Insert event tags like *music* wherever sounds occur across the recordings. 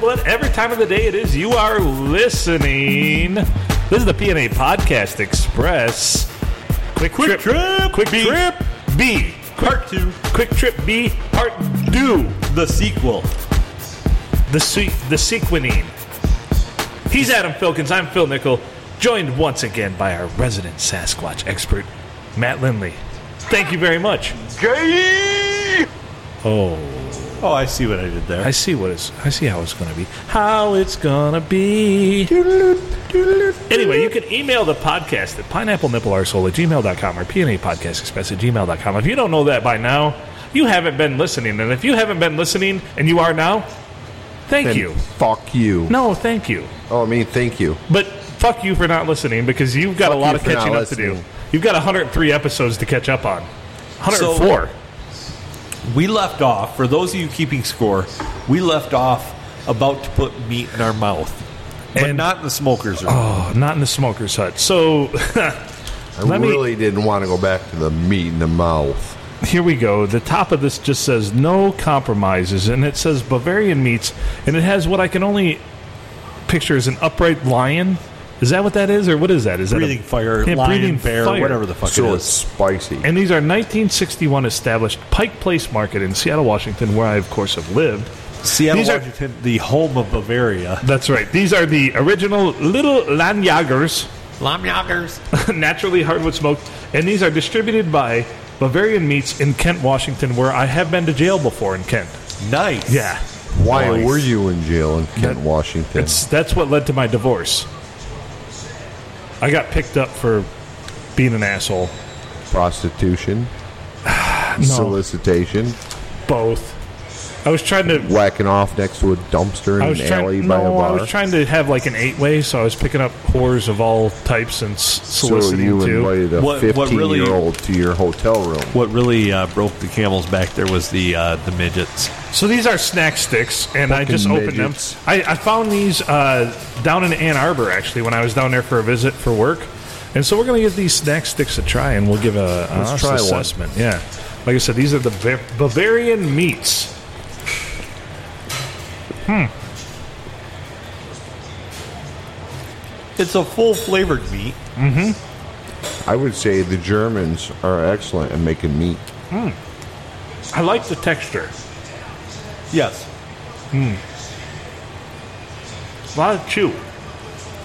whatever time of the day it is you are listening. This is the PNA Podcast Express. Quick, Quick Trip Quick B. Trip B. Part two, Quick Trip B Part Two. the sequel. The se- the sequening. He's Adam Filkins. I'm Phil Nickel, joined once again by our resident Sasquatch expert, Matt Lindley. Thank you very much. Oh. Oh, I see what I did there. I see what it's. I see how it's going to be. How it's going to be. Anyway, you can email the podcast at pineapplenipplearsehole at gmail.com or pnapodcastexpress at gmail.com. If you don't know that by now, you haven't been listening. And if you haven't been listening and you are now, thank Then you. Fuck you. No, thank you. Oh, I mean, thank you. But fuck you for not listening because you've got a Fuck lot you of for not catching up to do. listening. You've got 103 episodes to catch up on. 104. we left off, for those of you keeping score, we left off about to put meat in our mouth. But And- not in the smoker's room. oh, not in the smoker's hut. So *laughs* I Let me- really didn't want to go back to the meat in the mouth. Here we go. The top of this just says no compromises, and it says Bavarian meats, and it has what I can only picture as an upright lion. Is that what that is, or what is that? Is that a- breathing fire, Yeah, lion, breathing bear, fire. whatever the fuck So it it's is. spicy. And these are 1961 established Pike Place Market in Seattle, Washington, where I, of course, have lived. Seattle, these are- Washington, the home of Bavaria. That's right. These are the original little Lanyagers, *laughs* Lamjagers. naturally hardwood smoked, and these are distributed by Bavarian Meats in Kent, Washington, where I have been to jail before in Kent. Nice. Yeah. Why Nice. were you in jail in Kent, Washington? It's, that's what led to my divorce. I got picked up for being an asshole. *sighs* Prostitution, solicitation, Both. I was trying to. whacking off next to a dumpster in I was an alley trying. by a No, I bar. was trying to have like an eight way, so I was picking up whores of all types and s- so soliciting you too. invited a What- what really- 15 year old to your hotel room. What really uh, broke the camel's back there was the uh, the midgets. So these are snack sticks, and I Fucking just opened midgets. them. I, I found these uh, down in Ann Arbor actually when I was down there for a visit for work, and so we're gonna give these snack sticks a try, and we'll give a Let's honest try one. assessment. Yeah, like I said, these are the Ba- Bavarian meats. It's a full flavored meat. I would say the Germans are excellent at making meat. I like the texture. Yes. A lot of chew.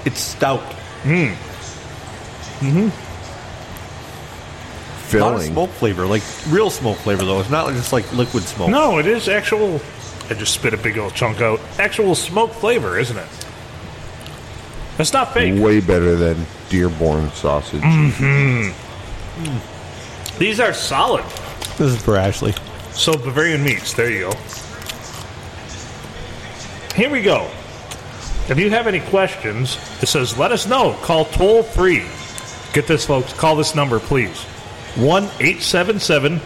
It's stout. A lot of Filling. smoke flavor, like real smoke flavor though. It's not just like liquid smoke. No, it is actual. I just spit a big old chunk out. Actual smoke flavor, isn't it? That's not fake. Way better than Dearborn sausage. These are solid. This is for Ashley. So Bavarian meats. There you go. Here we go. If you have any questions, it says let us know. Call toll free. Get this, folks. Call this number, please. 1 877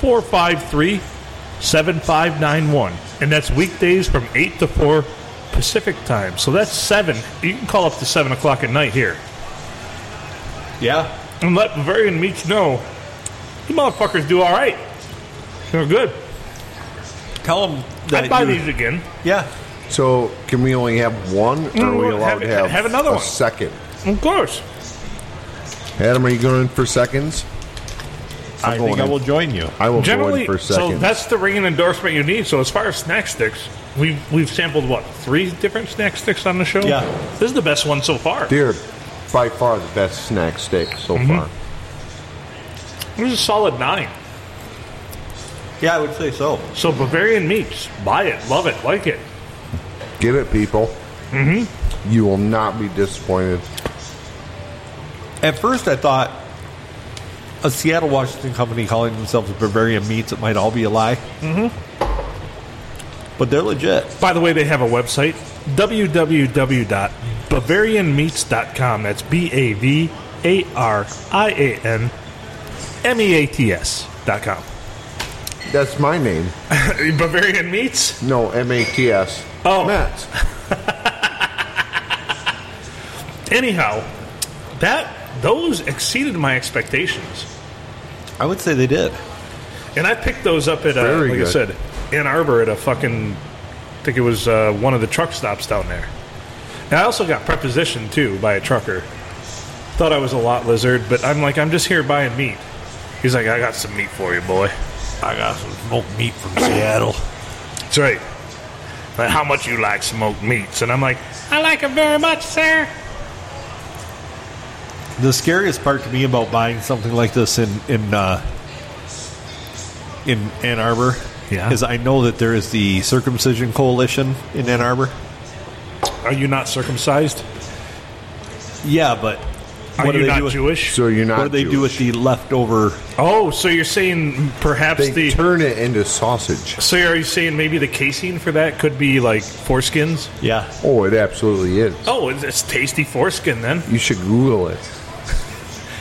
453 7591. And that's weekdays from 8 to 4 Pacific time. So that's 7. You can call up to 7 o'clock at night here. Yeah. And let Bavarian meats know you motherfuckers do all right. They're good. Tell them that I'd buy you- these again. Yeah. So, can we only have one, or are we well, allowed have- to have, have another a one. second? Of course. Adam, are you going for seconds? i I'm think going I in. will join you. I will Generally, go in for so seconds. that's the ringing endorsement you need. So as far as snack sticks, we've we've sampled what three different snack sticks on the show. Yeah. this is the best one so far. They're by far the best snack steak so Mm-hmm. far. This is a solid nine. Yeah, I would say so. So Bavarian meats, buy it, love it, like it. Get it, people. Mm-hmm. You will not be disappointed. At first, I thought a Seattle, Washington company calling themselves Bavarian Meats, it might all be a lie. Mm-hmm. But they're legit. By the way, they have a website www.bavarianmeats.com. That's B A V A R I A N M E A T S dot com. That's my name. Bavarian meats. No, M A T S. Oh. Matt. Anyhow, that those exceeded my expectations. I would say they did. And I picked those up at, uh, Very like I good. said, Ann Arbor at a fucking. think it was uh, one of the truck stops down there. And I also got prepositioned too by a trucker. Thought I was a lot lizard, but I'm like, I'm just here buying meat. He's like, I got some meat for you, boy. I got some smoked meat from Seattle. That's right. Like, how much you like smoked meats? And I'm like, I like them very much, sir. The scariest part to me about buying something like this in in uh, in Ann Arbor Yeah. is I know that there is the circumcision coalition in Ann Arbor. Are you not circumcised? Yeah, but Are what do you they not do with, Jewish? So you're not. What do they do with Jewish. the leftover? oh, so you're saying perhaps They the. turn it into sausage. so are you saying maybe the casein for that could be like foreskins? Yeah, Oh, it absolutely is. Oh, it's- it's tasty foreskin then. You should Google it.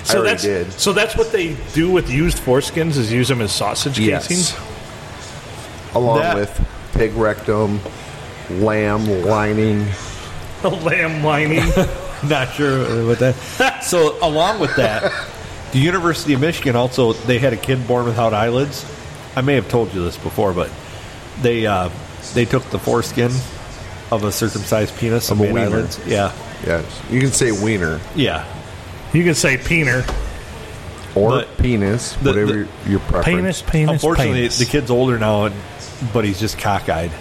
So already that's did. so that's what they do with used foreskins is use them as sausage Yes. casings. *laughs* Along That- with pig rectum, lamb lining. The lamb lining. *laughs* not sure what that. so along with that, the University of Michigan also they had a kid born without eyelids. I may have told you this before, but they uh, they took the foreskin of a circumcised penis and a made wiener. eyelids. Yeah, Yes, you can say wiener yeah. you can say peener. or But penis, the- whatever the- your preference. penis. Unfortunately, the kid's older now, and, but he's just cockeyed.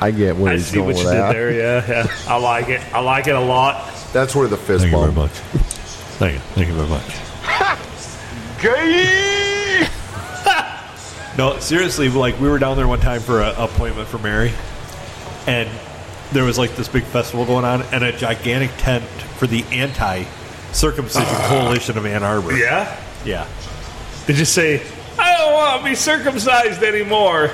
I get where I he's see what going with you that. did there. Yeah, yeah. I like it. I like it a lot. That's where the fist bump. much. Thank you. Thank you very *laughs* much. *laughs* No, seriously, like we were down there one time for an appointment for Mary, and there was like this big festival going on, and a gigantic tent for the anti *laughs* circumcision coalition of Ann Arbor. Yeah. Yeah. Did you say I don't want to be circumcised anymore?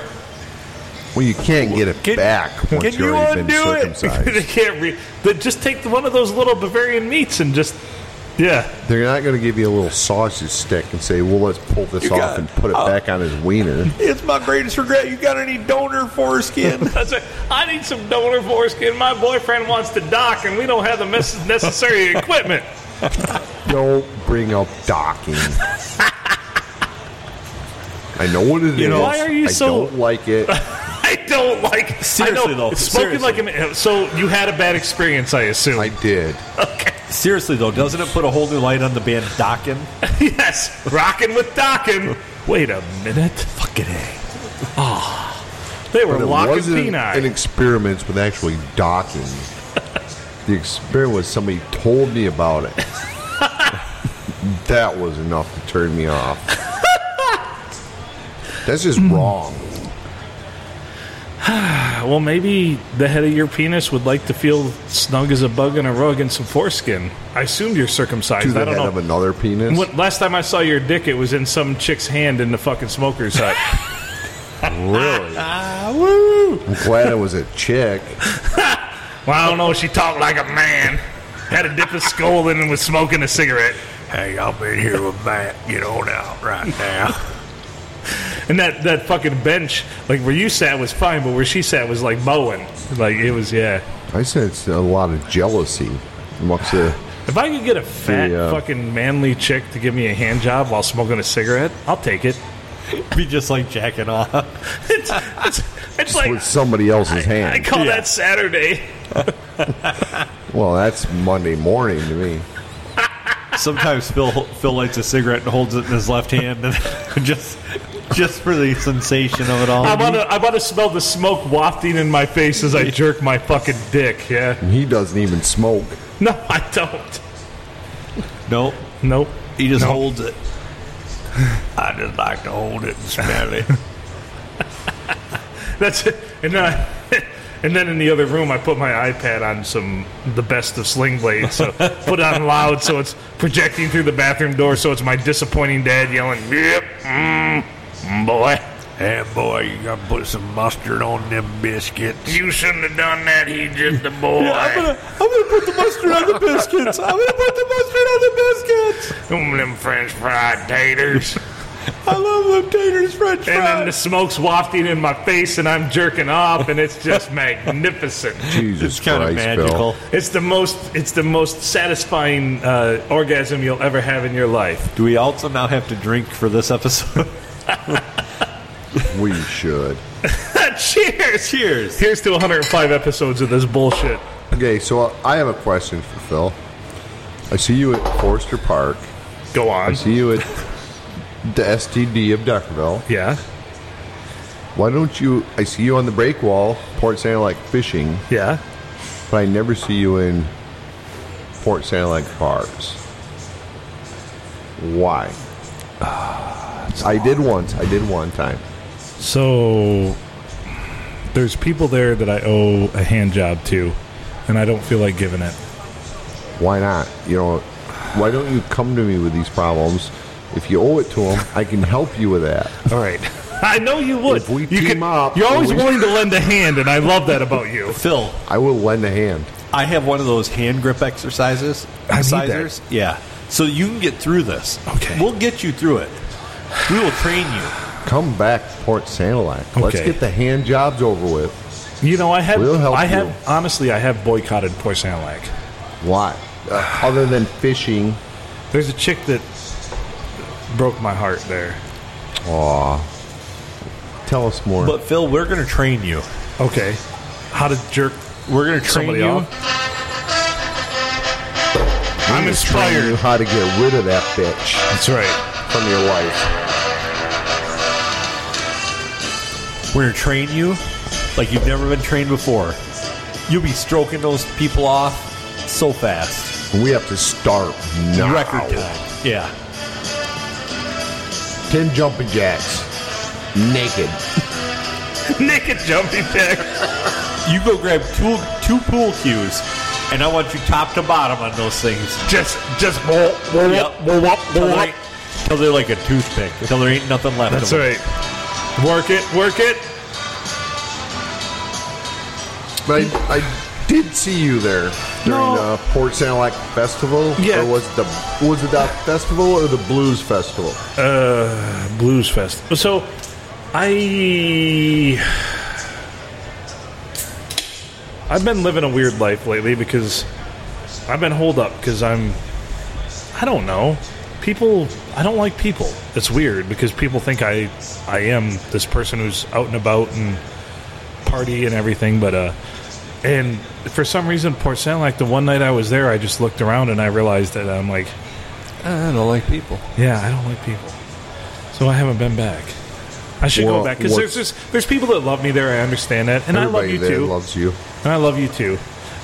Well, you can't get it Can- back once Can you're you already been undo it? *laughs* they circumcised. can't. Re- they just take one of those little Bavarian meats and just yeah. They're not going to give you a little sausage stick and say, "Well, let's pull this You off got- and put it oh. back on his wiener." It's my greatest regret. You got any donor foreskin? That's right. I need some donor foreskin. My boyfriend wants to dock, and we don't have the mes- necessary *laughs* equipment. Don't bring up *laughs* docking. I know what it is. You know, why are you I so- don't like it. I don't like. I Seriously, know, though. it's Spoken like a man. So you had a bad experience, I assume. I did. okay. *laughs* seriously though, doesn't it put a whole new light on the band Dockin? *laughs* yes. Rocking with docking. Wait a minute. Fucking a. They were But it locking wasn't peni. an experiment with actually docking. *laughs* the experiment was somebody told me *laughs* about it. that was enough to turn me off. That's just Hmm. wrong. well, maybe the head of your penis would like to feel snug as a bug in a rug and some foreskin. I assumed you're circumcised. To I the don't head know. of another penis. When- last time I saw your dick, it was in some chick's hand in the fucking smoker's hut. *laughs* *laughs* Really? Ah, woo! I'm glad it was a chick. Well, I don't know. She talked like a man. Had a dip of skull in and was smoking a cigarette. Hey, I've been here with Matt. Get on out right now. And that, that fucking bench, like where you sat was fine, but where she sat was like mowing. Like it was, yeah. I sense a lot of jealousy amongst the. If I could get a fat The, uh, fucking manly chick to give me a hand job while smoking a cigarette, I'll take it. *laughs* *laughs* Be just like jacking off. It's, it's, it's like With somebody else's hand. I call Yeah. that Saturday. well, that's Monday morning to me. Sometimes Phil Phil lights a cigarette and holds it in his left hand, and *laughs* just just for the sensation of it all. I want to I want to smell the smoke wafting in my face as I jerk my fucking dick. Yeah. And he doesn't *laughs* even smoke. No, I don't. Nope. Nope. He just holds it. I just like to hold it and smell it. *laughs* That's it. And then, I, *laughs* and then in the other room, I put my iPad on some the best of Sling Blade, *laughs* so put it on loud, so it's projecting through the bathroom door, so it's my disappointing dad yelling, "Yep, mm, boy, And boy, you gotta put some mustard on them biscuits. you shouldn't have done that. He just a *laughs* boy." I'm gonna put the mustard on the biscuits. I'm gonna put the mustard on the biscuits. Mm, them French fried *laughs* taters, I love them taters French and then the smoke's wafting in my face, and I'm jerking off, and it's *laughs* just magnificent. Jesus it's kind of Christ, magical. Bill. It's the most, it's the most satisfying uh, orgasm you'll ever have in your life. *laughs* Do we also now have to drink for this episode? We should. Cheers. *laughs* Cheers. Here's to 105 episodes of this bullshit. Okay, so I have a question for Phil. I see you at Forester Park. Go I on. see you at the STD of Deckerville. Yeah. Why don't you? I see you on the break wall, Port Sound like fishing, Yeah. but I never see you in Port Sound like cars. Why? I did once. I did one time. So there's people there that I owe a hand job to, and I don't feel like giving it. Why not? You know, why don't you come to me with these problems? If you owe it to them, I can help you with that. All right. *laughs* I know you would. If we you team up, you're always we- willing to lend a hand, and I love that about you. Phil, I will lend a hand. I have one of those hand grip exercises. I need that. Exercisers. Yeah. So you can get through this. Okay. We'll get you through it. We will train you. Come back, Port Sanilac. Let's Okay. get the hand jobs over with. *laughs* You know, I have. We'll help I have you. honestly, I have boycotted Poisson Lake. Why? *sighs* Uh, other than fishing, There's a chick that broke my heart there. tell us more. But Phil, we're going to train you. Okay. How to jerk? We're going to train Somebody you. off? We I'm need to train You inspired. how to get rid of that bitch That's *laughs* right. from your life? We're going to train you like you've never been trained before. You'll be stroking those people off so fast. We have to start now. Record time. Yeah. Ten jumping jacks, naked. Naked jumping *laughs* jack. You go grab two two pool cues, and I want you top to bottom on those things. Just, just roll, roll Yep. up, roll up, Till roll they're, up. till they're like a toothpick. Till there ain't nothing left. That's of 'em. right. Work it, work it. But I, I did see you there during No. uh, Port Sanilac Festival. Yeah. Or was it the was it that festival or the blues festival? Blues Fest. So, I I've been living a weird life lately because I've been holed up because I'm I don't know people. I don't like people. It's weird because people think I I am this person who's out and about and party and everything, but uh. And for some reason, Port Sound, like the one night I was there, I just looked around and I realized that I'm like, I don't like people. yeah, I don't like people, so I haven't been back. I should Well, go back because what- there's just, there's people that love me there. I understand that, and I love Everybody you there too, loves you. and I love you too,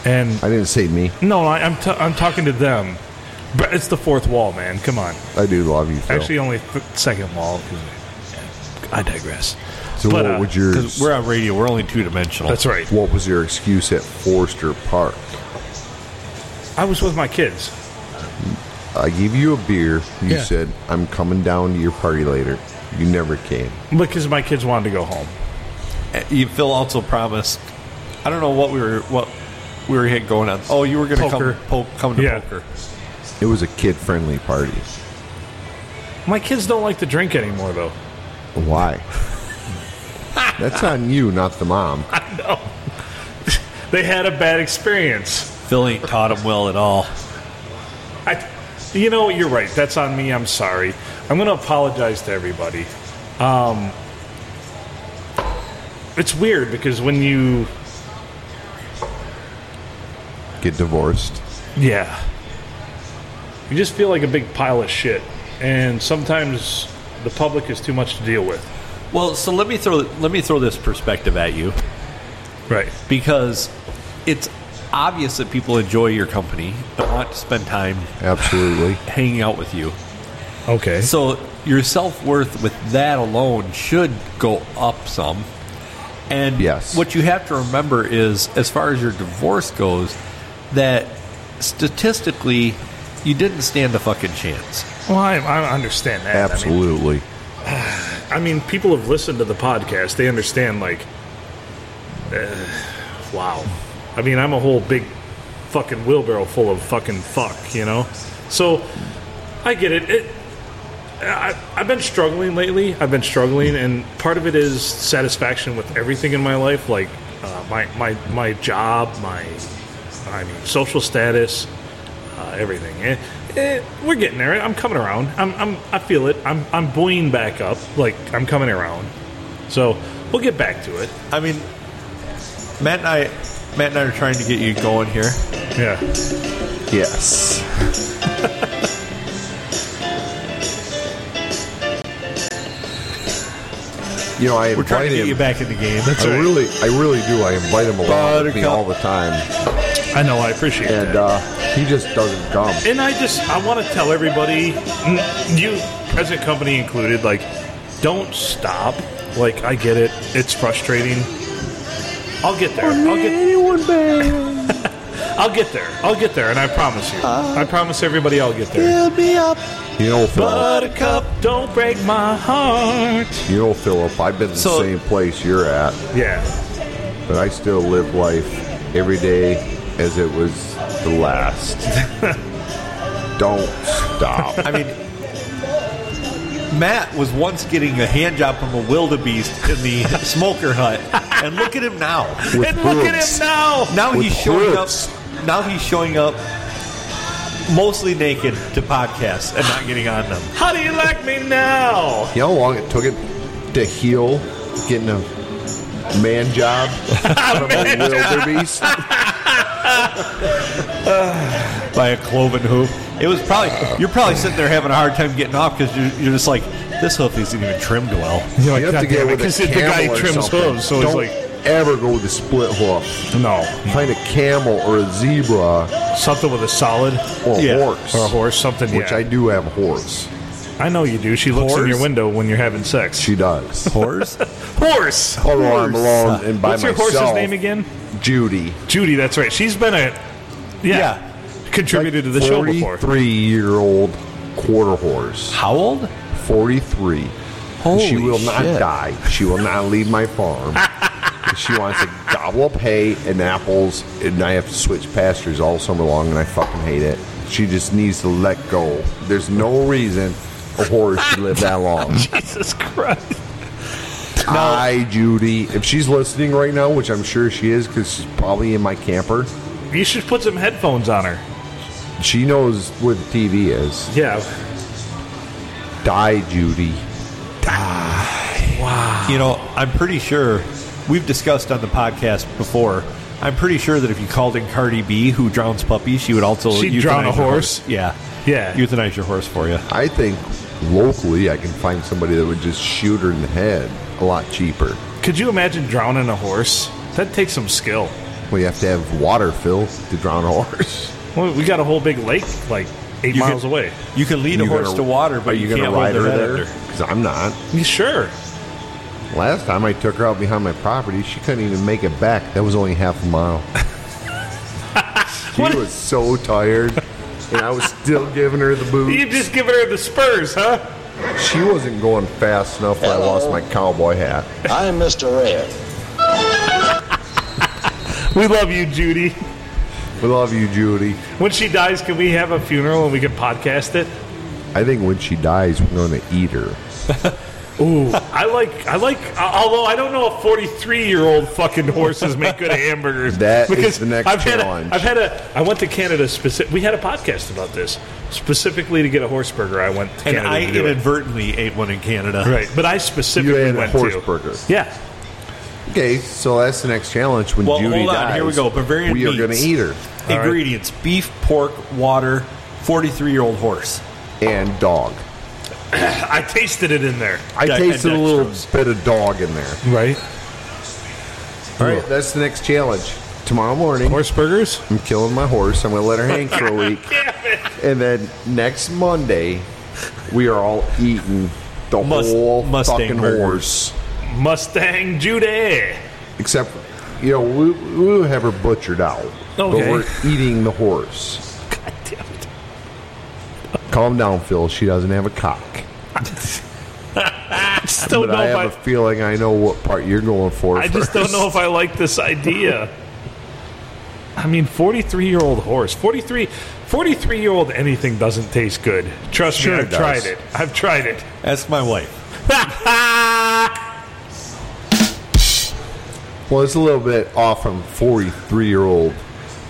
and I didn't say me. no, I, I'm t- I'm talking to them, but it's the fourth wall, man. Come on, I do love you. Phil. actually, only th- second wall. 'cause Oh. I digress. so but, what uh, would your Because we're on radio, we're only two dimensional. That's right. what was your excuse at Forster Park? I was with my kids. I gave you a beer. You Yeah. said, I'm coming down to your party later. You never came. Because my kids wanted to go home. Uh, you- Phil also promised. I don't know what we were what we were had going on. Oh, you were going to Poker. come po- come to Yeah. poker. It was a kid friendly party. My kids don't like to drink anymore, though. *laughs* *laughs* Why? That's on you, not the mom. *laughs* They had a bad experience. Phil ain't taught him well at all. I, you know, you're right. That's on me. I'm sorry. I'm going to apologize to everybody. Um, it's weird because when you, Get divorced. yeah, you just feel like a big pile of shit, and sometimes the public is too much to deal with. Well, so let me throw let me throw this perspective at you Right. because it's obvious that people enjoy your company and want to spend time Absolutely. hanging out with you. Okay. So your self worth with that alone should go up some. And Yes. what you have to remember is, as far as your divorce goes, that statistically, you didn't stand a fucking chance. Well, I, I understand that. I mean, Absolutely. I mean, people have listened to the podcast. They understand, like, uh, wow. I mean, I'm a whole big fucking wheelbarrow full of fucking fuck, you know? So, I get it. it I, I've been struggling lately. I've been struggling, and part of it is satisfaction with everything in my life, like uh, my, my, my job, my I mean, social status, uh, everything. Eh, eh, we're getting there. I'm coming around. I'm, I'm, I feel it. I'm, I'm buoying back up. Like I'm coming around. So we'll get back to it. I mean, Matt and I, Matt and I are trying to get you going here. Yeah. Yes. you know, I We're trying invite to get you him. back in the game. I really, I really do. I invite him along with me Buttercup. all the time, I know. I appreciate and that. uh, he just doesn't come. and I just I want to tell everybody, n- you present company included, like don't stop. Like I get it, it's frustrating. I'll get there. Oh, I'll get. I'll get there. I'll get there, and I promise you. I promise everybody, I'll get there. Build me up. You know, Philip. Buttercup, don't break my heart. You know, Philip. I've been the So- same place you're at, Yeah. but I still live life every day as it was the last. Don't stop. I mean, Matt was once getting a hand job from a wildebeest in the *laughs* smoker hut, and look at him now. With and look at boobs. him now. Now With he's showing roots. up. Now he's showing up mostly naked to podcasts and not getting on them. How do you like me now? You know how long it took it to heal getting a man job from a wildebeest? by a cloven hoof. It was probably you're probably sitting there having a hard time getting off because you're, you're just like this hoof isn't even trimmed well. You're You have to get with a the camel guy or trims something. hooves, so Don't it's ever go with a split hoof. like no Find a camel or a zebra something with a solid or a Yeah, horse, or a horse, something. which yeah. I do have a horse. I know you do. She looks in Whores? your window when you're having sex. She does. Horse. horse. Although I'm alone and by What's your myself. horse's name again? Judy. Judy. That's right. She's been a yeah, yeah. contributed to the show before. Forty-three year old quarter horse. How old? Forty-three. Holy she will not shit. die. She will not leave *laughs* my farm. she wants to gobble up hay and apples, and I have to switch pastures all summer long, and I fucking hate it. She just needs to let go. There's no reason a horse should live that *laughs* long. Jesus Christ. Hi, Judy. If she's listening right now, which I'm sure she is, because she's probably in my camper, You should put some headphones on her. she knows where the TV is. Yeah. Die, Judy. You know, I'm pretty sure we've discussed on the podcast before. I'm pretty sure that if you called in Cardi B, who drowns puppies, she would also She'd euthanize drown a your horse. Yeah, Yeah. euthanize your horse for you. I think locally I can find somebody that would just shoot her in the head a lot cheaper. Could you imagine drowning a horse? That takes some skill. Well, you have to have water, Phil, to drown a *laughs* horse. Well, we got a whole big lake like eight You miles could- away. You can lead a You horse gonna- to water, are but you, you gonna can't ride hold her their head there? under. Because I'm not. You sure? Last time I took her out behind my property, she couldn't even make it back. That was only half *laughs* a mile. she What- was so tired, and I was still giving her the You boot. just giving her the spurs, huh? She wasn't going fast enough when I lost my cowboy hat. I'm Mr. Red. We love you, Judy. We love you, Judy. When she dies, can we have a funeral and we can podcast it? I think when she dies, we're going to eat her. Ooh, *laughs* I like I like. uh, Although I don't know if forty-three-year-old fucking horses make good *laughs* hamburgers. That is the next I've had a- challenge. I've had a. I went to Canada specific. We had a podcast about this specifically to get a horse burger. I went to And Canada I to do it. inadvertently ate one in Canada. Right, but I specifically You had a went horse to burger. Yeah, Okay, so that's the next challenge when Well, Judy hold on. dies. Here we go. Bavarian We are going to meats. eat her All right. Ingredients: beef, pork, water, forty-three-year-old horse. and dog. I tasted it in there. I Yeah, and tasted a little bit of dog in there. Right, All right, that's the next challenge. Tomorrow morning, horse burgers. I'm killing my horse. I'm going to let her hang for a *laughs* week. And then next Monday, we are all eating the Mus- whole Mustang fucking burger. horse. Mustang Judy. Except, you know, we, we'll have her butchered out. But Okay. we're eating the horse. Calm down, Phil. She doesn't have a cock. Still But know I if have I, a feeling I know what part you're going for. I just first. don't know if I like this idea. I mean, 43 year old horse. 43, 43 year old anything doesn't taste good. Trust Sure me, it I've tried does. it. I've tried it. *laughs* Ask my wife. *laughs* Well, it's a little bit off from 43 year old,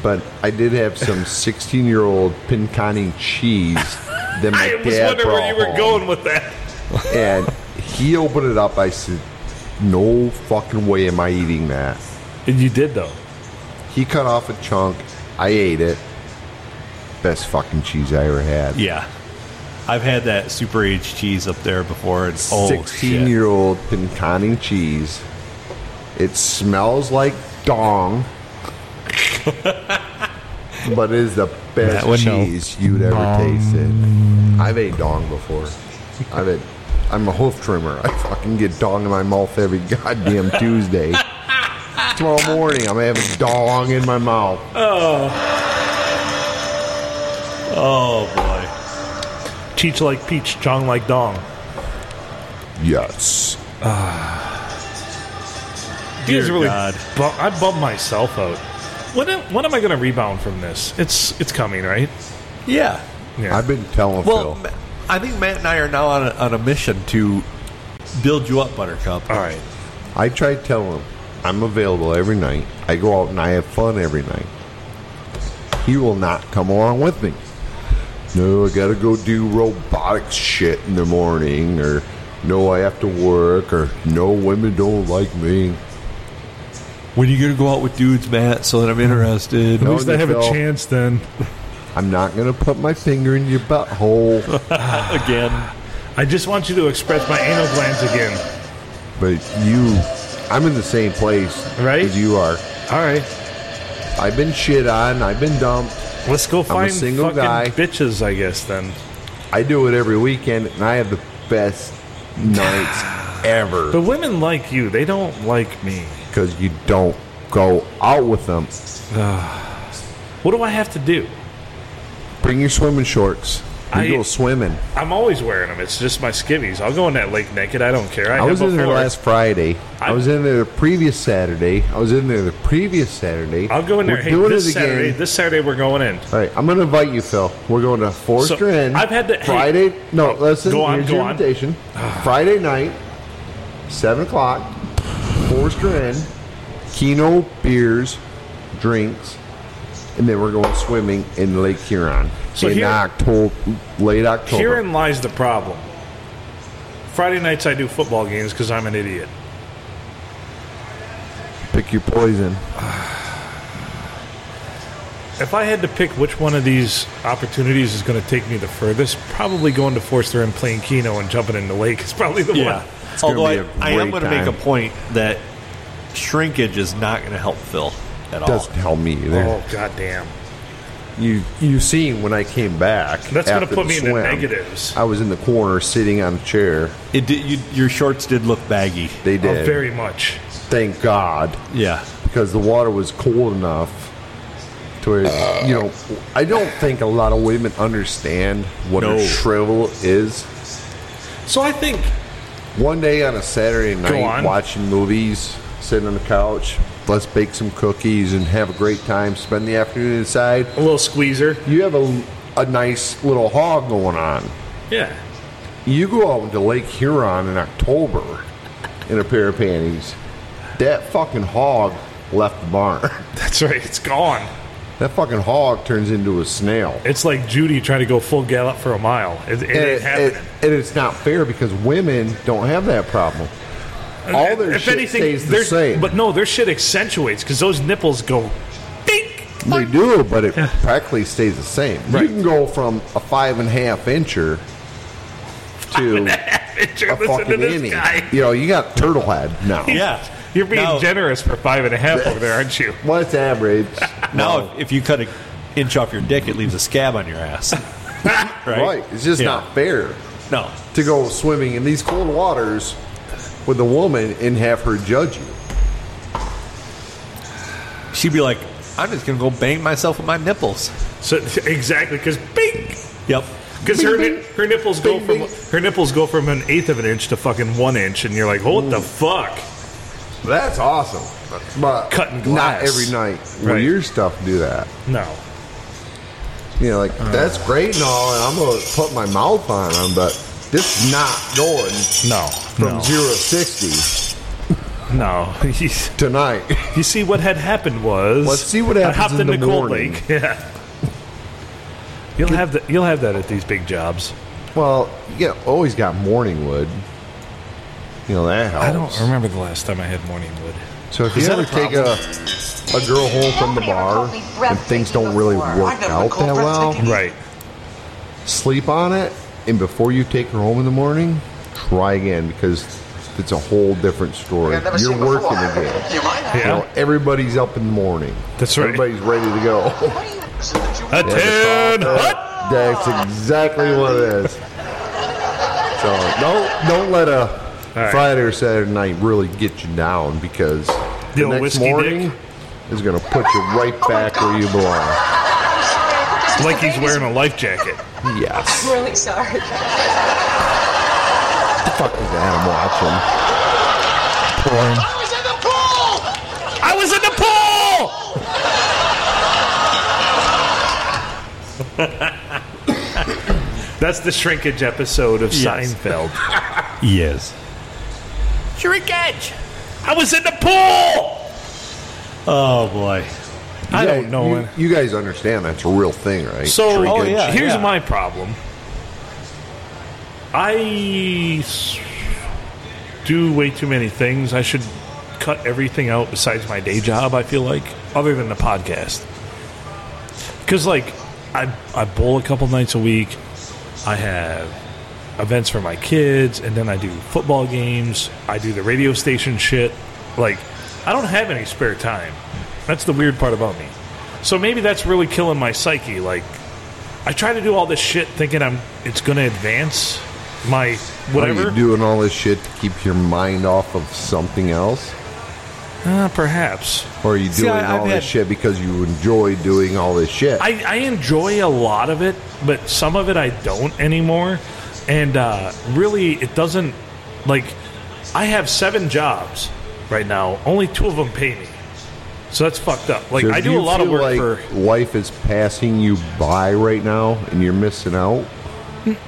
but I did have some 16 year old pinconning cheese that my *laughs* I was dad wondering brought where you were home. going with that. And he opened it up. I said, no fucking way am I eating that. And you did though. He cut off a chunk. I ate it. Best fucking cheese I ever had. Yeah. I've had that super aged cheese up there before. And, oh, 16 shit. year old pinconning cheese. It smells like *laughs* dong, but it is the best That would know. cheese you'd ever tasted. I've ate dong before. I've ate, I'm a hoof trimmer. I fucking get dong in my mouth every *laughs* goddamn Tuesday. Tomorrow morning, I'm having dong in my mouth. Oh, boy. Cheech like peach, chong like dong. Yes. You guys Dear really God. bu- I bummed myself out. When am, when am I going to rebound from this? It's it's coming, right? Yeah. Yeah. I've been telling Well, Phil. Ma- I think Matt and I are now on a, on a mission to build you up, Buttercup. All right. I try to tell him I'm available every night. I go out and I have fun every night. He will not come along with me. No, I gotta go do robotic shit in the morning, or no, I have to work, or no, women don't like me. When are you going to go out with dudes, Matt, so that I'm interested? No. At least I have a Phil. chance then. I'm not gonna put my finger in your butthole, *laughs* Again. I just want you to express my anal glands again. but you, I'm in the same place Right? as you are. All right. I've been shit on, I've been dumped. Let's go find single fucking guy. bitches, I guess, then. I do it every weekend, and I have the best *sighs* nights ever. But women like you, they don't like me. because you don't go out with them. What do I have to do? Bring your swimming shorts. You I- go swimming. I'm always wearing them. It's just my skivvies. I'll go in that lake naked. I don't care. I, I have was in there before. last Friday. I, I- was in there the previous Saturday. I was in there the previous Saturday. I'll go in there. We're hey, doing this it again. Saturday. This Saturday we're going in. All right, I'm going to invite you, Phil. We're going to Forester So, Inn. I've had to- hey- Friday. no, listen. Go on, here's go your on. *sighs* invitation. Friday night, seven o'clock. Forester Inn. Kino beers, drinks, and then we're going swimming in Lake Huron So in here- October, late October. Herein lies the problem. Friday nights I do football games because I'm an idiot. Pick your poison. If I had to pick which one of these opportunities is going to take me the furthest, probably going to Forster and playing Keno and jumping in the lake is probably the Yeah. one. gonna Although I, be a I am great going to make a time. point that shrinkage is not going to help Phil at all. Doesn't help me either. Oh goddamn! You you seen when I came back? Oh. That's gonna after put the me in the swim, negatives. I was in the corner sitting on a chair. It did, you, your shorts did look baggy. They Oh, did. very much. Thank God. Yeah. because the water was cold enough to where, you know, I don't think a lot of women understand what No. a shrivel is. So I think One day on a Saturday night, on. watching movies, sitting on the couch, let's bake some cookies and have a great time, spend the afternoon inside. a little squeezer. You have a, a nice little hog going on. Yeah. You go out into Lake Huron in October in a pair of panties, that fucking hog left the barn. *laughs* That's right. It's gone. That fucking hog turns into a snail. It's like Judy trying to go full gallop for a mile. It, it, and, ain't it, happening. and- and it's not fair because women don't have that problem. All their if shit anything, stays the there's- same. But no, their shit accentuates because those nipples go. *laughs* Dink! they do, but it practically stays the same. You Right. can go from a five and a half incher to Picture, a listen to fucking this innie. guy. You know, you got turtle head now. Yeah. You're being Now- generous for five and a half over there, aren't you? Well, *laughs* it's average. Now, if, if you cut an inch off your dick, it leaves a scab on your *laughs* ass. right? right? It's just Yeah. not fair No. to go swimming in these cold waters with a woman and have her judge you. She'd be like, I'm just going to go bang myself with my nipples. So exactly because bink. Yep. Because *laughs* her, ni- her nipples go Bing, from bing. her nipples go from an eighth of an inch to fucking one inch, and you're like, what the fuck? That's awesome. But Cutting not glass. every night. Will Right. your stuff do that? No, You know, like that's great and all, and I'm gonna put my mouth on them, but this is not going no, from no, zero to sixty no. *laughs* tonight. *laughs* you see, what had happened was Let's see what I hopped happens in into the Cold morning. Lake. *laughs* Yeah, you'll have that. You'll have that at these big jobs. well, yeah, always got morning wood. You know that helps. I don't remember the last time I had morning wood. So if you that ever a take a a girl home from the bar and things don't really work out that well, Right. sleep on it, and before you take her home in the morning, try again because it's a whole different story. I've never You're seen before. working again. You might have. You know, Yeah. everybody's up in the morning. That's right. Everybody's ready to *laughs* go. What do you- is it that you- A ten. Hut. That's exactly what it is. So don't don't let a All right. Friday or Saturday night really get you down because The the, old next whiskey dick. morning is going to put you right back where you belong. I'm sorry, I think this is Like he's the baby's- wearing a life jacket. Yes. I'm really sorry. the fuck is Adam watching? I was in the pool! I was in the pool. That's the shrinkage episode of Seinfeld. Yes. Shrinkage. I was in the pool. Oh boy. I don't know You, when- you guys understand that's a real thing, right? So Oh, yeah, here's yeah. my problem. I s- do way too many things. I should cut everything out besides my day job. I feel like, other than the podcast, because like I I bowl a couple nights a week. I have events for my kids, and then I do football games. I do the radio station shit. Like, I don't have any spare time. That's the weird part about me. So maybe that's really killing my psyche. Like, I try to do all this shit thinking I'm it's going to advance my Are whatever. you doing all this shit to keep your mind off of something else? Uh, perhaps Or are you doing See, I- all I've this had- shit because you enjoy doing all this shit? I, I enjoy a lot of it, but some of it I don't anymore. And uh, really, it doesn't like I have seven jobs right now. Only two of them pay me, so that's fucked up. Like So if I do you a lot of feel work like for. Life is passing you by right now, and you're missing out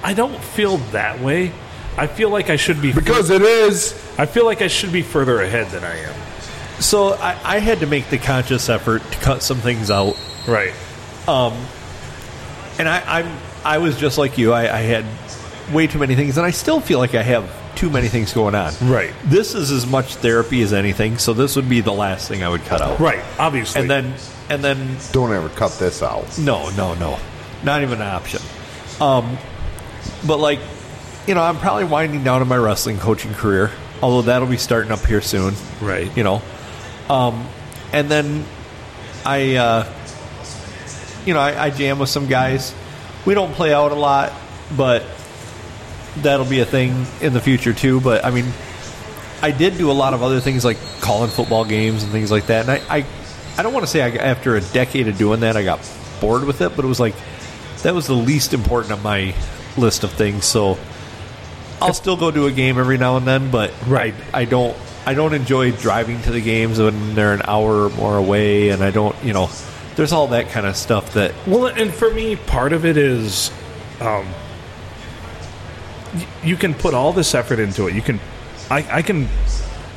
I don't feel that way. I feel like I should be. because it is. I feel like I should be further ahead than I am. So I, I had to make the conscious effort to cut some things out, Right. Um, and I, I'm I was just like you. I, I had way too many things, and I still feel like I have too many things going on. Right. This is as much therapy as anything, so this would be the last thing I would cut out. Right. Obviously. And then and then Don't ever cut this out. No, no, no. Not even an option. Um, but like, you know, I'm probably winding down in my wrestling coaching career, although that'll be starting up here soon. Right. You know, um, and then I, uh, you know, I, I jam with some guys. We don't play out a lot, but that'll be a thing in the future too. But I mean, I did do a lot of other things like calling football games and things like that. And I, I, I don't want to say I, after a decade of doing that, I got bored with it, but it was like that was the least important on my list of things. So I'll still go to a game every now and then, but Right. I, I don't. I don't enjoy driving to the games when they're an hour or more away, and I don't. You know, there's all that kind of stuff that Well, and for me, part of it is, um, y- you can put all this effort into it. You can, I, I can,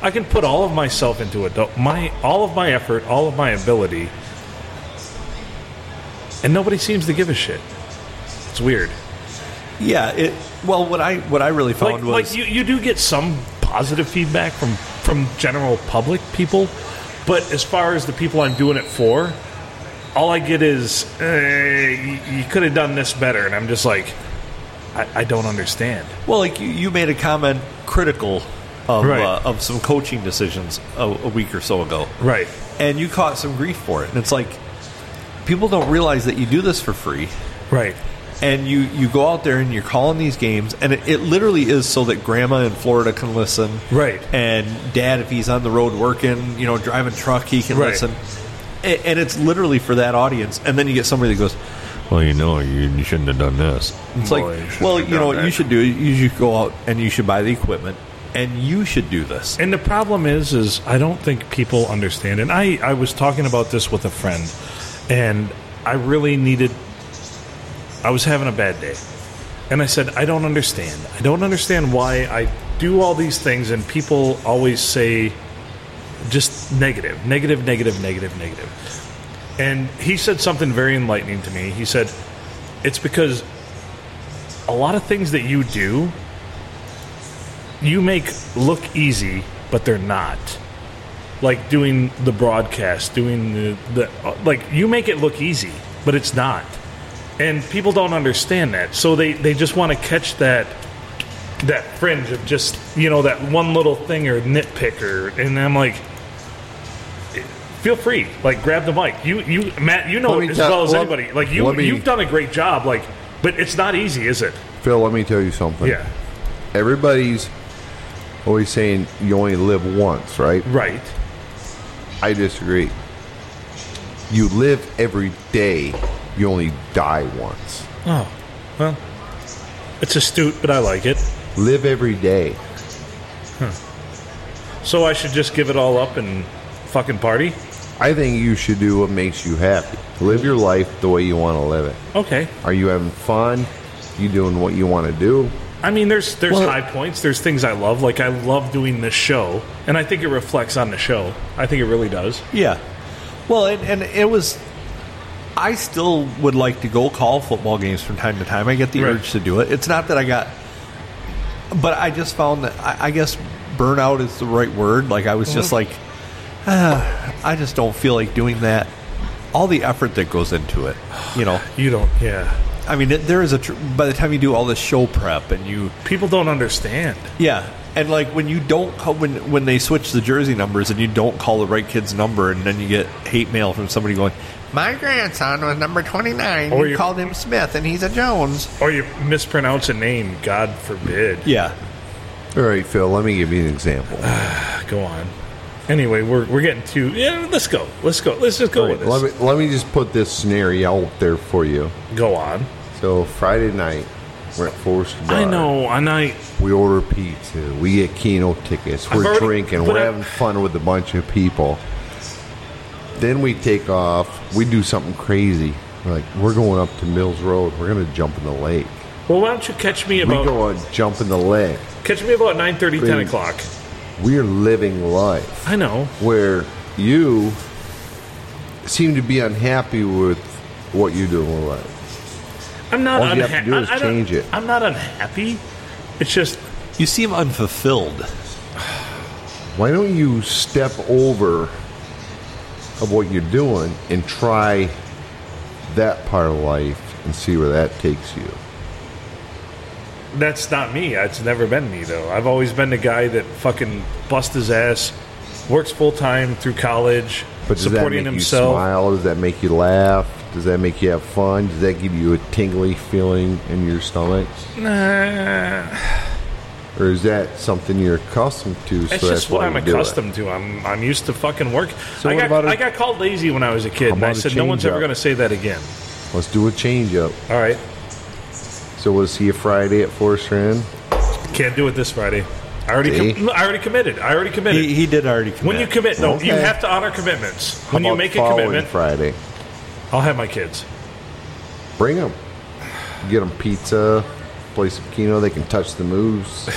I can put all of myself into it. though. My all of my effort, all of my ability, and nobody seems to give a shit. It's weird. Yeah, it. Well, what I what I really Like, found was like you, you do get some positive feedback from from general public people, but as far as the people I'm doing it for, all I get is eh, you, you could have done this better, and I'm just like, I, I don't understand. well, like you, you made a comment critical of Right. uh, of some coaching decisions a, a week or so ago, Right. and you caught some grief for it. And it's like people don't realize that you do this for free, Right. and you you go out there and you're calling these games, and it, it literally is so that Grandma in Florida can listen, Right. And Dad, if he's on the road working, you know, driving truck, he can Right. listen. A- And it's literally for that audience, and then you get somebody that goes, Well, you know, you, you shouldn't have done this. It's like, Boy, you should well, have you know done what that. you should do? You should go out and you should buy the equipment and you should do this. And the problem is, is I don't think people understand. And I, I was talking about this with a friend, and I really needed. I was having a bad day, and I said, I don't understand. I don't understand why I do all these things, and people always say, just negative, negative, negative, negative, negative. And he said something very enlightening to me. He said, it's because a lot of things that you do you make look easy, but they're not. Like doing the broadcast, doing the, the like you make it look easy, but it's not. And people don't understand that. So they, they just want to catch that that fringe of just, you know, that one little thing or nitpicker. And I'm like feel free. Like grab the mic. You you Matt, you know Let me it as tell- well as let- anybody. Like you let me- you've done a great job, like but it's not easy, is it? Phil, let me tell you something. Yeah. Everybody's always saying you only live once, right? Right. I disagree. You live every day. You only die once. Oh. Well. It's astute, but I like it. Live every day. So I should just give it all up and fucking party? I think you should do what makes you happy. Live your life the way you want to live it. Okay. Are you having fun? You doing what you want to do? I mean, there's there's Well- high points. There's things I love. Like I love doing this show, and I think it reflects on the show. I think it really does. Yeah. Well, and, and it was. I still would like to go call football games from time to time. I get the Right. urge to do it. It's not that I got, but I just found that I, I guess burnout is the right word. Like I was just like, ah, I just don't feel like doing that. All the effort that goes into it, you know. You don't. Yeah. I mean, it, there is a. Tr- by the time you do all this show prep and you People don't understand. yeah, and like when you don't call, when when they switch the jersey numbers and you don't call the right kid's number, and then you get hate mail from somebody going, "My grandson was number twenty nine. Or You you- called him Smith, and he's a Jones." Or you mispronounce a name. God forbid. Yeah, All right, Phil, let me give you an example. Ah, Go on. Anyway, we're we're getting too. Yeah. Let's go. Let's go. Let's just go with this. Let me, let me just put this scenario out there for you. Go on. So, Friday night, we're at Forest Bar. I know. And I. We order pizza. We get Keno tickets. I've We're already- drinking. but We're I- having fun with a bunch of people. Then we take off. We do something crazy. We're like, we're going up to Mills Road. We're going to jump in the lake. Well, why don't you catch me We about go and jump in the lake. catch me about 9:30, 10 Please. o'clock? We're living life I know. where you seem to be unhappy with what you're doing with life. I'm not All you have to unhappy. do is change it. I'm not unhappy. It's just you seem unfulfilled. Why don't you step over of what you're doing and try that part of life and see where that takes you? that's not me. It's never been me though. I've always been the guy that fucking busts his ass, works full time through college, But does supporting that make himself. you smile? Does that make you laugh? Does that make you have fun? Does that give you a tingly feeling in your stomach? Nah, Or is that something you're accustomed to? it's so just that's what why I'm you do it? accustomed to. I'm I'm used to fucking work. So I what got about a- I got called lazy when I was a kid, How and I about a said no one's ever change-up? going to say that again. Let's do a change up. All right, So we'll see you Friday at Forest Rand. can't do it this Friday. I already See? com- I already committed. I already committed. He, he did already commit. when you commit, no, you Okay. have to honor commitments. When How you about make a following commitment, Friday, I'll have my kids. bring them. Get them pizza, play some Keno. They can touch *laughs* the moose.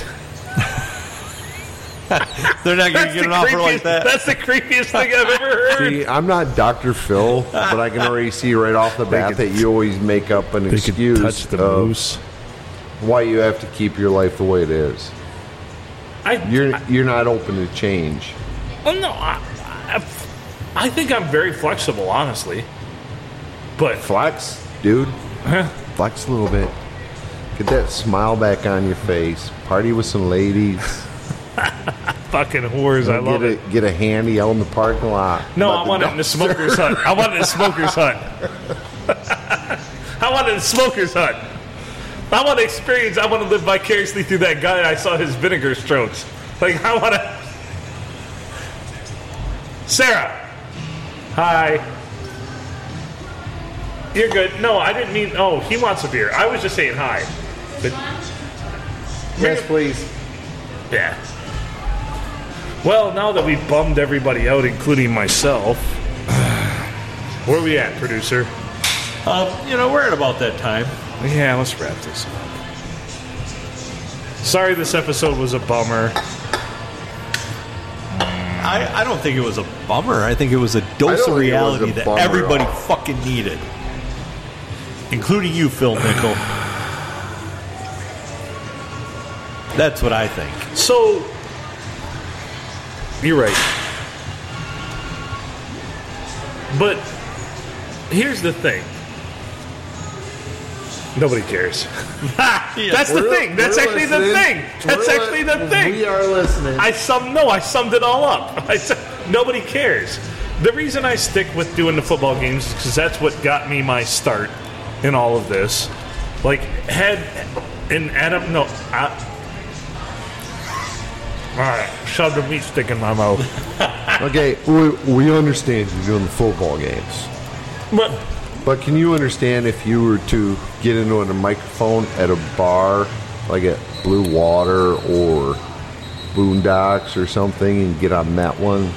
they're not going to That's get the an offer like creepiest- that. That's the creepiest thing I've *laughs* ever heard. see, I'm not Dr. Phil, but I can already see right off the bat that you always make up an excuse of why you have to keep your life the way it is. I, You're you're not open to change. oh no, I, I, I think I'm very flexible, honestly. But Flex, dude. Flex a little bit. Get that smile back on your face. Party with some ladies. fucking whores, I love get a, it. Get a handy out in the parking lot. No, Let I the want it in the smoker's hut. I want it in the smoker's hut. *laughs* I want it in the smoker's hut. I want to experience. I want to live vicariously through that guy. I saw his vinegar strokes. Like I want to. Sarah, hi. You're good. No, I didn't mean. Oh, he wants a beer. I was just saying hi. But Yes, please. yeah. Well, now that we bummed everybody out, including myself, *sighs* where we at, producer? Um, you know, we're at about that time. Yeah, let's wrap this up. Sorry this episode was a bummer. I, I don't think it was a bummer. I think it was a I dose don't of think it was reality a that bummer at everybody all. fucking needed, including you, Phil Nickel. That's what I think. So you're right. But here's the thing. Nobody *laughs* cares. That's the We're- thing. That's we're actually the listening. thing. That's We're li- actually the thing. We are listening. I sum no, I summed it all up. *laughs* I said nobody cares. The reason I stick with doing the football games is because that's what got me my start in all of this. Like had in Adam no, I, all right, shoved a meat stick in my mouth. okay, we, we understand you're doing the football games. But But can you understand if you were to get into a microphone at a bar, like at Blue Water or Boondocks or something, and get on that one,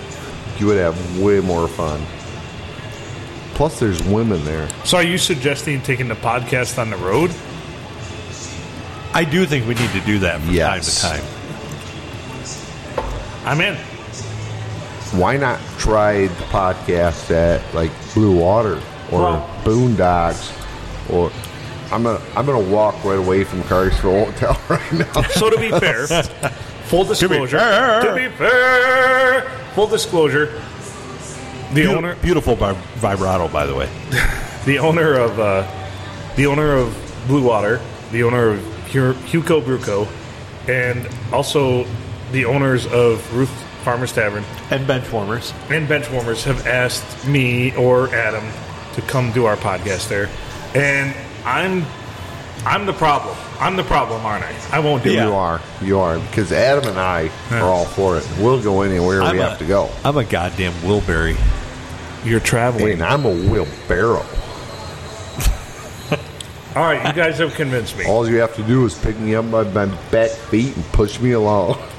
you would have way more fun. Plus, there's women there. so, are you suggesting taking the podcast on the road? I do think we need to do that from Yes. time to time. I'm in. Why not try the podcast at like Blue Water or Well- Boondocks or I'm gonna I'm gonna walk right away from Carsville *laughs* Hotel right now. So, to be fair, full disclosure. fair. To be fair, full disclosure. The Beautiful, owner, beautiful vib- vibrato, by the way. the owner of uh, the owner of Blue Water, the owner of Hu- Huco Bruco, and also the owners of Ruth Farmers Tavern And bench warmers. and Benchwarmers have asked me or Adam to come do our podcast there, and I'm I'm the problem. I'm the problem, aren't I? I won't do Yeah. it. You are, you are, because Adam and I are all for it. We'll go anywhere we have to go. I'm a goddamn Wilbury. You're traveling. And I'm a wheelbarrow. All right, you guys have convinced me. All you have to do is pick me up by my back feet and push me along. *laughs*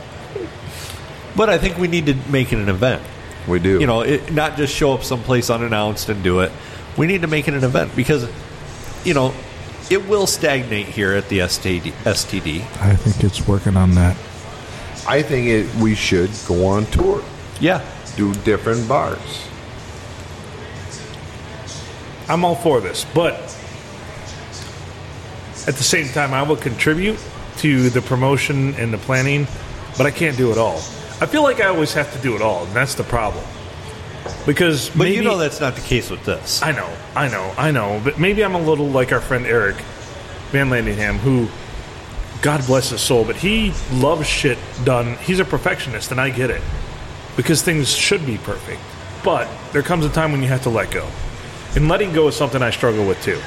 But I think we need to make it an event. We do. You know, it, not just show up someplace unannounced and do it. We need to make it an event because, you know, it will stagnate here at the STD. STD. I think it's working on that. I think it, we should go on tour, Yeah. do different bars. I'm all for this, but at the same time, I will contribute to the promotion and the planning, but I can't do it all. I feel like I always have to do it all, and that's the problem. Because But maybe, you know that's not the case with this. I know, I know, I know, but maybe I'm a little like our friend Eric Van Landingham, who, God bless his soul, but he loves shit done. He's a perfectionist, and I get it. Because things should be perfect. But there comes a time when you have to let go. And letting go is something I struggle with too.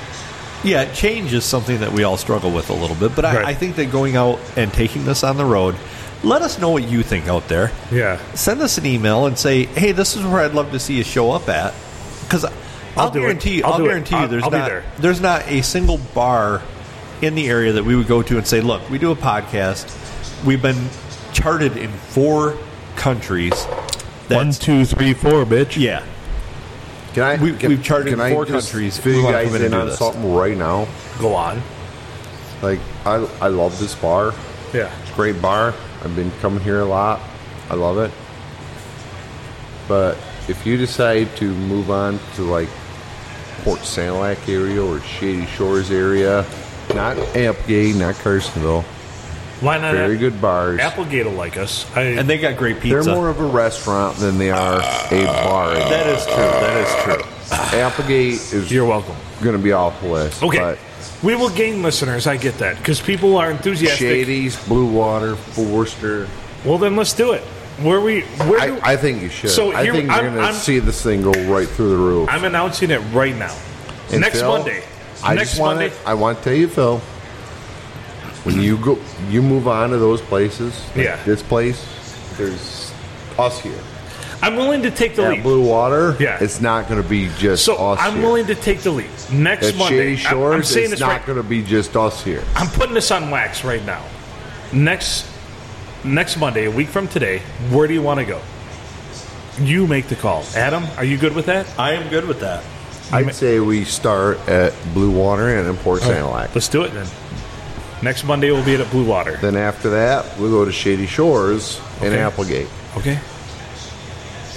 Yeah, change is something that we all struggle with a little bit, but I, Right. I think that going out and taking this on the road, let us know what you think out there. Yeah. Send us an email and say, "Hey, this is where I'd love to see you show up at," because I'll, do it. guarantee you, I'll I'll, do it. guarantee you, I'll- there's I'll be not there. there's not a single bar in the area that we would go to and say, "Look, we do a podcast. We've been charted in four countries. One, That's two, three, four, bitch. yeah, Can I? We- can, we've charted can I four just countries. Fill We you wanna guys come in in and do on this. something right now. Go on. Like I, I love this bar. Yeah. It's a great bar. I've been coming here a lot. I love it. But if you decide to move on to like Port Sanilac area or Shady Shores area, not Applegate, not Carsonville, Why not? very good bars. Applegate will like us. I, and they got great They're pizza. more of a restaurant than they are a bar. that is true. That is true. Applegate is you're welcome. going to be off the list. Okay. But we will gain listeners. I get that. Because people are enthusiastic. Shady's, Blue Water, Forster. Well, then let's do it. Where we. Where do, I, I think you should. So I here- think I'm- you're going I'm- to see this thing go right through the roof. I'm announcing it right now. And Next Phil, Monday. I Next just wanna- Monday. I want to tell you, Phil. When you go, you move on to those places. like Yeah. This place, there's us here I'm willing to take the at leap. Blue Water. Yeah. It's not going to be just So us. I'm here. willing to take the leap. Next At Monday. Shady I- Shores, I'm saying it's this not right. going to be just us here. I'm putting this on wax right now. Next next Monday, a week from today, where do you want to go? You make the call. Adam, are you good with that? I am good with that. I'd say we start at Blue Water and in Port Sanilac. Let's do it then. Next Monday we'll be at Blue Water. Then after that, we'll go to Shady Shores and Okay. Applegate. Okay.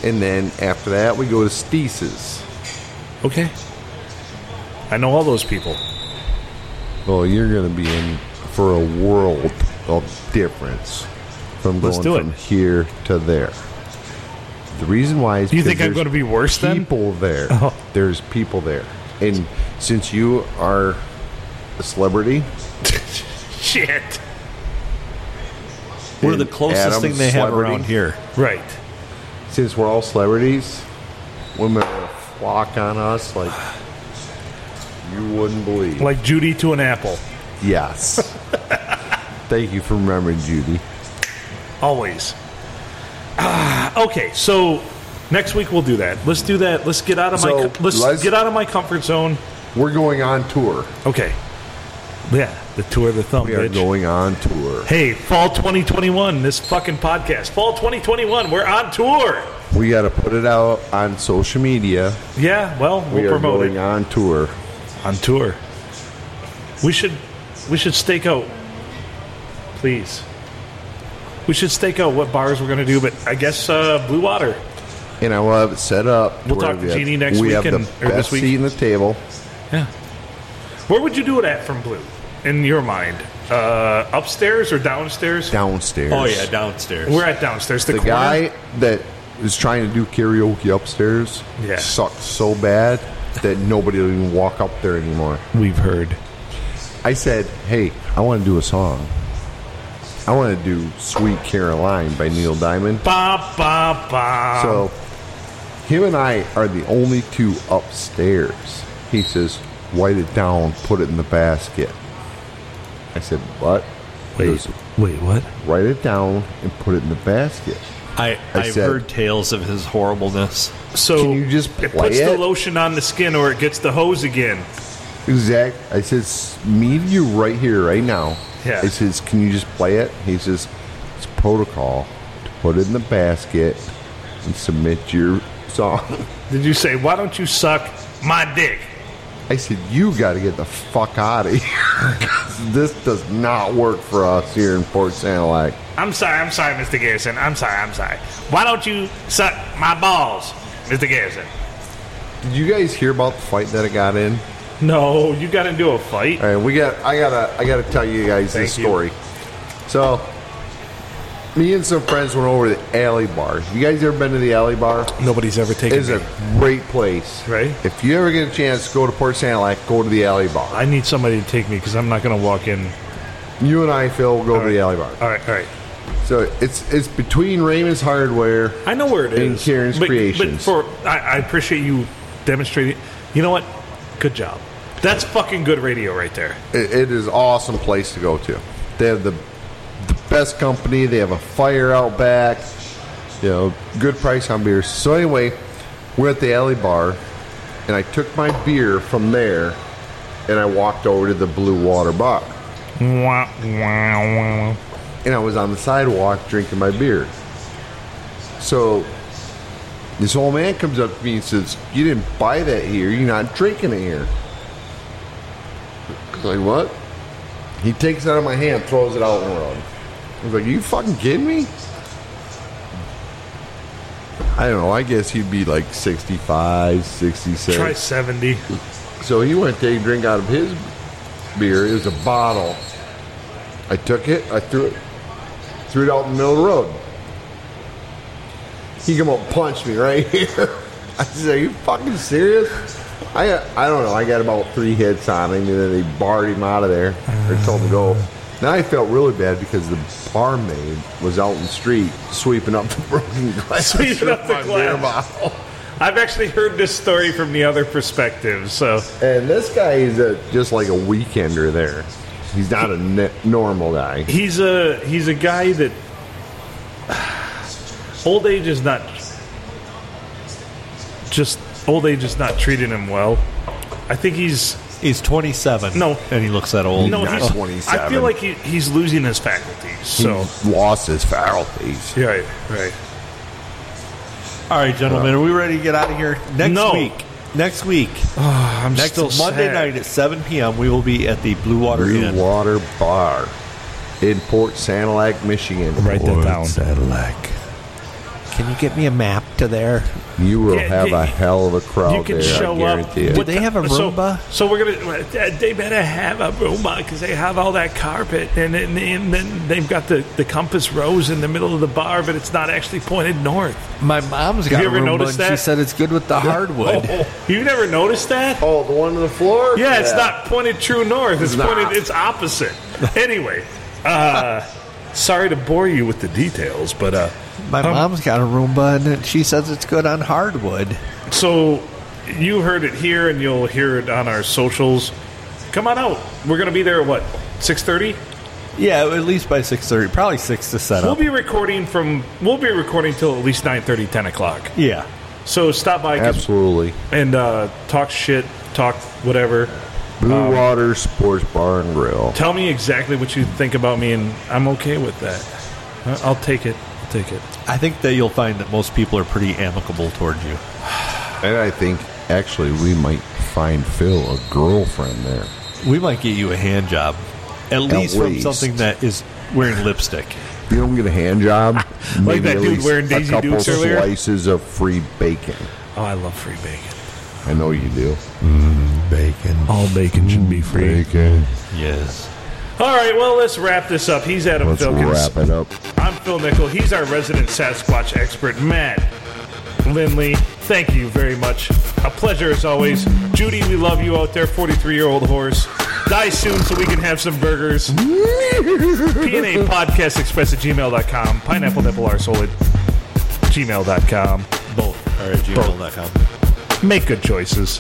And then after that, we go to Steeses. Okay. I know all those people. *laughs* Well, you're going to be in for a world of difference from Let's going do it. from here to there. The reason why is Do you because think I'm there's gonna be worse then? Oh. People there. There's people there, and since you are a celebrity, Shit. We're the and closest Adam's thing they have celebrity, around here. Right. Since we're all celebrities, women will flock on us like you wouldn't believe. Like Judy to an apple. *laughs* Yes. Thank you for remembering, Judy. Always. Ah, okay, so next week we'll do that. Let's do that. Let's get out of my So, com- let's, let's- get out of my comfort zone. We're going on tour. Okay. Yeah, the tour of the thumb, We are bitch. going on tour. Hey, fall 2021, this fucking podcast. Fall 2021, we're on tour. We got to put it out on social media. Yeah, well, We we'll are promote going it on tour. on tour. We should we should stake out please. We should stake out what bars we're going to do, but I guess uh, Blue Water. And I will have it set up. We'll where talk to we have- Jeannie next we week have and- the or this best week. seat in the table. Yeah. Where would you do it at from Blue, in your mind? Uh, upstairs or downstairs? Downstairs. Oh yeah, downstairs. We're at downstairs. The, The corner. guy that is trying to do karaoke upstairs Yeah. sucks so bad that nobody will even walk up there anymore. we've heard. I said, "Hey, I want to do a song. I want to do Sweet Caroline by Neil Diamond." Ba ba ba. So, him and I are the only two upstairs. He says, "Write it down, put it in the basket." I said, "What?" He goes, Wait, what? "Write it down and put it in the basket." I, I I've said- heard tales of his horribleness. so can you just it play puts the it? lotion on the skin, or it gets the hose again. Exact. I says, "Me to you right here, right now." Yeah. I says, "Can you just play it?" He says, "It's protocol to put it in the basket and submit your song." *laughs* Did you say, why don't you suck my dick? I said, "You got to get the fuck out of here. 'Cause this does not work for us here in Port Sanilac." I'm sorry, I'm sorry, Mr. Garrison. I'm sorry, I'm sorry. Why don't you suck my balls, Mr. Garrison? Did you guys hear about the fight that it got in? No, you got into a fight. All right, we got. I gotta. I gotta tell you guys this Thank you. story. So, me and some friends went over to the Alley Bar. You guys ever been to the Alley Bar? Nobody's ever It taken is me. a great place. Right. If you ever get a chance, go to Port Sanilac. Go to the Alley Bar. I need somebody to take me because I'm not going to walk in. You and I, Phil, will go to the Alley Bar. All right, all right. So it's it's between Raymond's Hardware. I know where it is. In Kieran's but, But Creations. for I, I appreciate you demonstrating. You know what? Good job. That's fucking good radio right there. It, it is awesome place to go to. They have the, the best company. They have a fire out back. You know, good price on beer. So anyway, we're at the alley bar, and I took my beer from there, and I walked over to the Blue Water Bar, Wah, wah, wah. and I was on the sidewalk drinking my beer. So this old man comes up to me and says, "You didn't buy that here. You're not drinking it here." I was like, "What?" He takes it out of my hand, throws it out in the road. I was like, "You fucking kidding me?" I don't know. I guess he'd be like 65, 66. Try seventy. So he went to take a drink out of his beer. It was a bottle. I took it. I threw it. Threw it out in the middle of the road. He come up and punched me right *laughs* here. I said, "Are you fucking serious?" I got, I don't know. I got about three hits on him, and then they barred him out of there or told him to go. Now I felt really bad because the barmaid was out in the street sweeping up the broken glass. Sweeping up the glass. I've actually heard this story from the other perspective. So And this guy is a, just like a weekender there. He's not a ne- normal guy. he's a he's a guy that *sighs* old age is not just old age is not treating him well. I think he's He's 27. No. and he looks that old. no. not He's, 27. I feel like he, he's losing his faculties. So He lost his faculties. Yeah, right, right. All right, gentlemen, are we ready to get out of here next No. week? Next week, I'm next Monday night at 7 p.m. We will be at the Blue Water Blue Inn. Water Bar in Port Sanilac, Michigan. Write that down. Cadillac. Can you get me a map to there? You will Yeah, have you- a hell of a crowd you can there. show I up. guarantee Do it. with they the- have a So, Roomba? so we're gonna. uh, They better have a Roomba because they have all that carpet, and, and, and then they've got the, the compass rose in the middle of the bar, but it's not actually pointed north. My mom's got you a ever Roomba, noticed and she that? Oh, said it's good with the hardwood. *laughs* You never noticed that? Oh, the one on the floor? Yeah, it's not pointed true north. It's Nah. pointed. It's opposite. Anyway, uh, sorry to bore you with the details, but uh, My mom's got a Roomba, and she says it's good on hardwood. So you heard it here, and you'll hear it on our socials. Come on out. We're gonna be there at what six thirty. Yeah, at least by six thirty, probably six to set We'll up. be recording from. We'll be recording till at least 9:30, 10 o'clock. yeah, So stop by 'cause- Absolutely. and uh, talk shit, talk whatever. Blue Um, Water Sports Bar and Grill. Tell me exactly what you think about me, and I'm okay with that. I- I'll take it. I'll take it. I think that you'll find that most people are pretty amicable towards you. And I think actually we might find Phil a girlfriend there. We might get you a hand job, at least least. from something that is wearing lipstick. If you don't get a hand *laughs* job, maybe that at dude least wearing a Daisy couple Dukes earlier. slices of free bacon. Oh, I love free bacon. I know you do. All bacon should be free. Bacon. Yes. All right, well, let's wrap this up. He's Adam Let's Filkins. wrap it up. I'm Phil Nickel. He's our resident Sasquatch expert, Matt Lindley. Thank you very much. A pleasure as always. Judy, we love you out there, 43 year old horse. Die soon so we can have some *laughs* burgers. PNA Podcast Express at gmail.com. Pineapple Nipple Arsehole at gmail.com. Both are at gmail.com. Make good choices.